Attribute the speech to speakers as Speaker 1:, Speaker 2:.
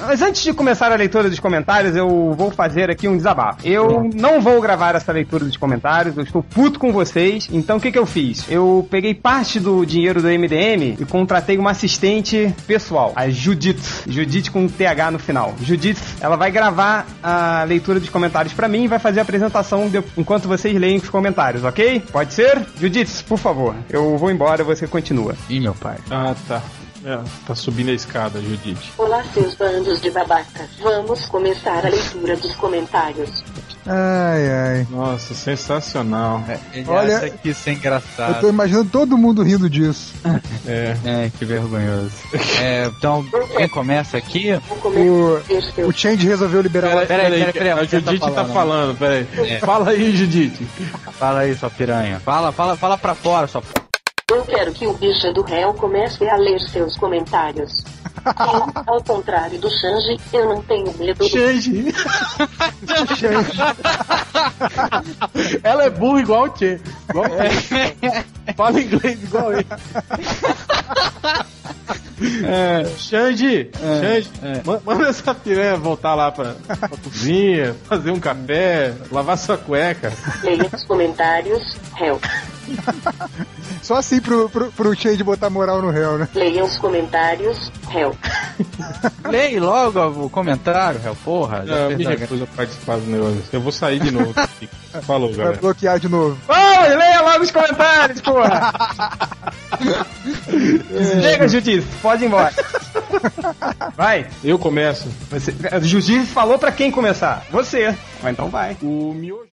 Speaker 1: Mas antes de começar a leitura dos comentários, eu vou fazer aqui um desabafo. Eu não vou gravar essa leitura dos comentários, eu estou puto com vocês. Então o que, que eu fiz? Eu peguei parte do dinheiro do MDM e contratei uma assistente pessoal, a Judith. Judith com TH no final. Judith, ela vai gravar a leitura dos comentários para mim e vai fazer a apresentação de- enquanto vocês leem os comentários, ok? Pode ser? Judith, por favor, eu vou embora, você continua.
Speaker 2: Ih, meu pai.
Speaker 3: Ah, tá. É, tá subindo a escada, Judite.
Speaker 4: Olá, seus bandos de babacas. Vamos começar a leitura dos comentários.
Speaker 5: Ai, ai.
Speaker 3: Nossa, sensacional.
Speaker 2: Ele
Speaker 5: Olha-
Speaker 2: acha que isso é
Speaker 5: Eu
Speaker 2: engraçado.
Speaker 5: tô imaginando todo mundo rindo disso.
Speaker 3: É.
Speaker 2: É, que vergonhoso. É, então, quem começa aqui?
Speaker 4: Vou começar
Speaker 5: O-
Speaker 4: a ver seus
Speaker 5: O Change resolveu
Speaker 2: Peraí,
Speaker 5: liberar.
Speaker 2: peraí, peraí,
Speaker 3: a
Speaker 2: você tá
Speaker 3: Judite tá
Speaker 2: falando.
Speaker 3: falando, peraí.
Speaker 2: É.
Speaker 3: Fala aí, Judite.
Speaker 2: Fala aí, sua piranha. Fala, fala, fala pra fora, sua p...
Speaker 4: Eu quero que o bicha do réu comece a ler seus comentários. Sim, ao contrário do Xange, eu não tenho medo do
Speaker 3: Change. Ela é burra igual o Tchê. Igual o
Speaker 2: É.
Speaker 3: Tchê. Fala inglês igual ele. É, Xande, Xande, ma- manda essa piranha voltar lá pra, pra cozinha, fazer um café, lavar sua cueca.
Speaker 4: leia os comentários, réu.
Speaker 5: Só assim pro, pro, pro Change botar moral no réu, né?
Speaker 4: Leia os comentários, réu.
Speaker 2: Leia logo o comentário, réu, porra. já
Speaker 3: Eu
Speaker 2: fez
Speaker 3: É, me
Speaker 2: a
Speaker 3: recuso a participar do negócio. Eu vou sair de novo. Falou,
Speaker 5: Vai
Speaker 3: galera.
Speaker 5: bloquear de novo.
Speaker 1: Vamos, leia logo os comentários, porra! Chega, Judith, pode ir embora. Vai,
Speaker 3: Eu começo.
Speaker 1: você, Judith falou pra quem começar? Você. Mas então vai.
Speaker 3: O miojo.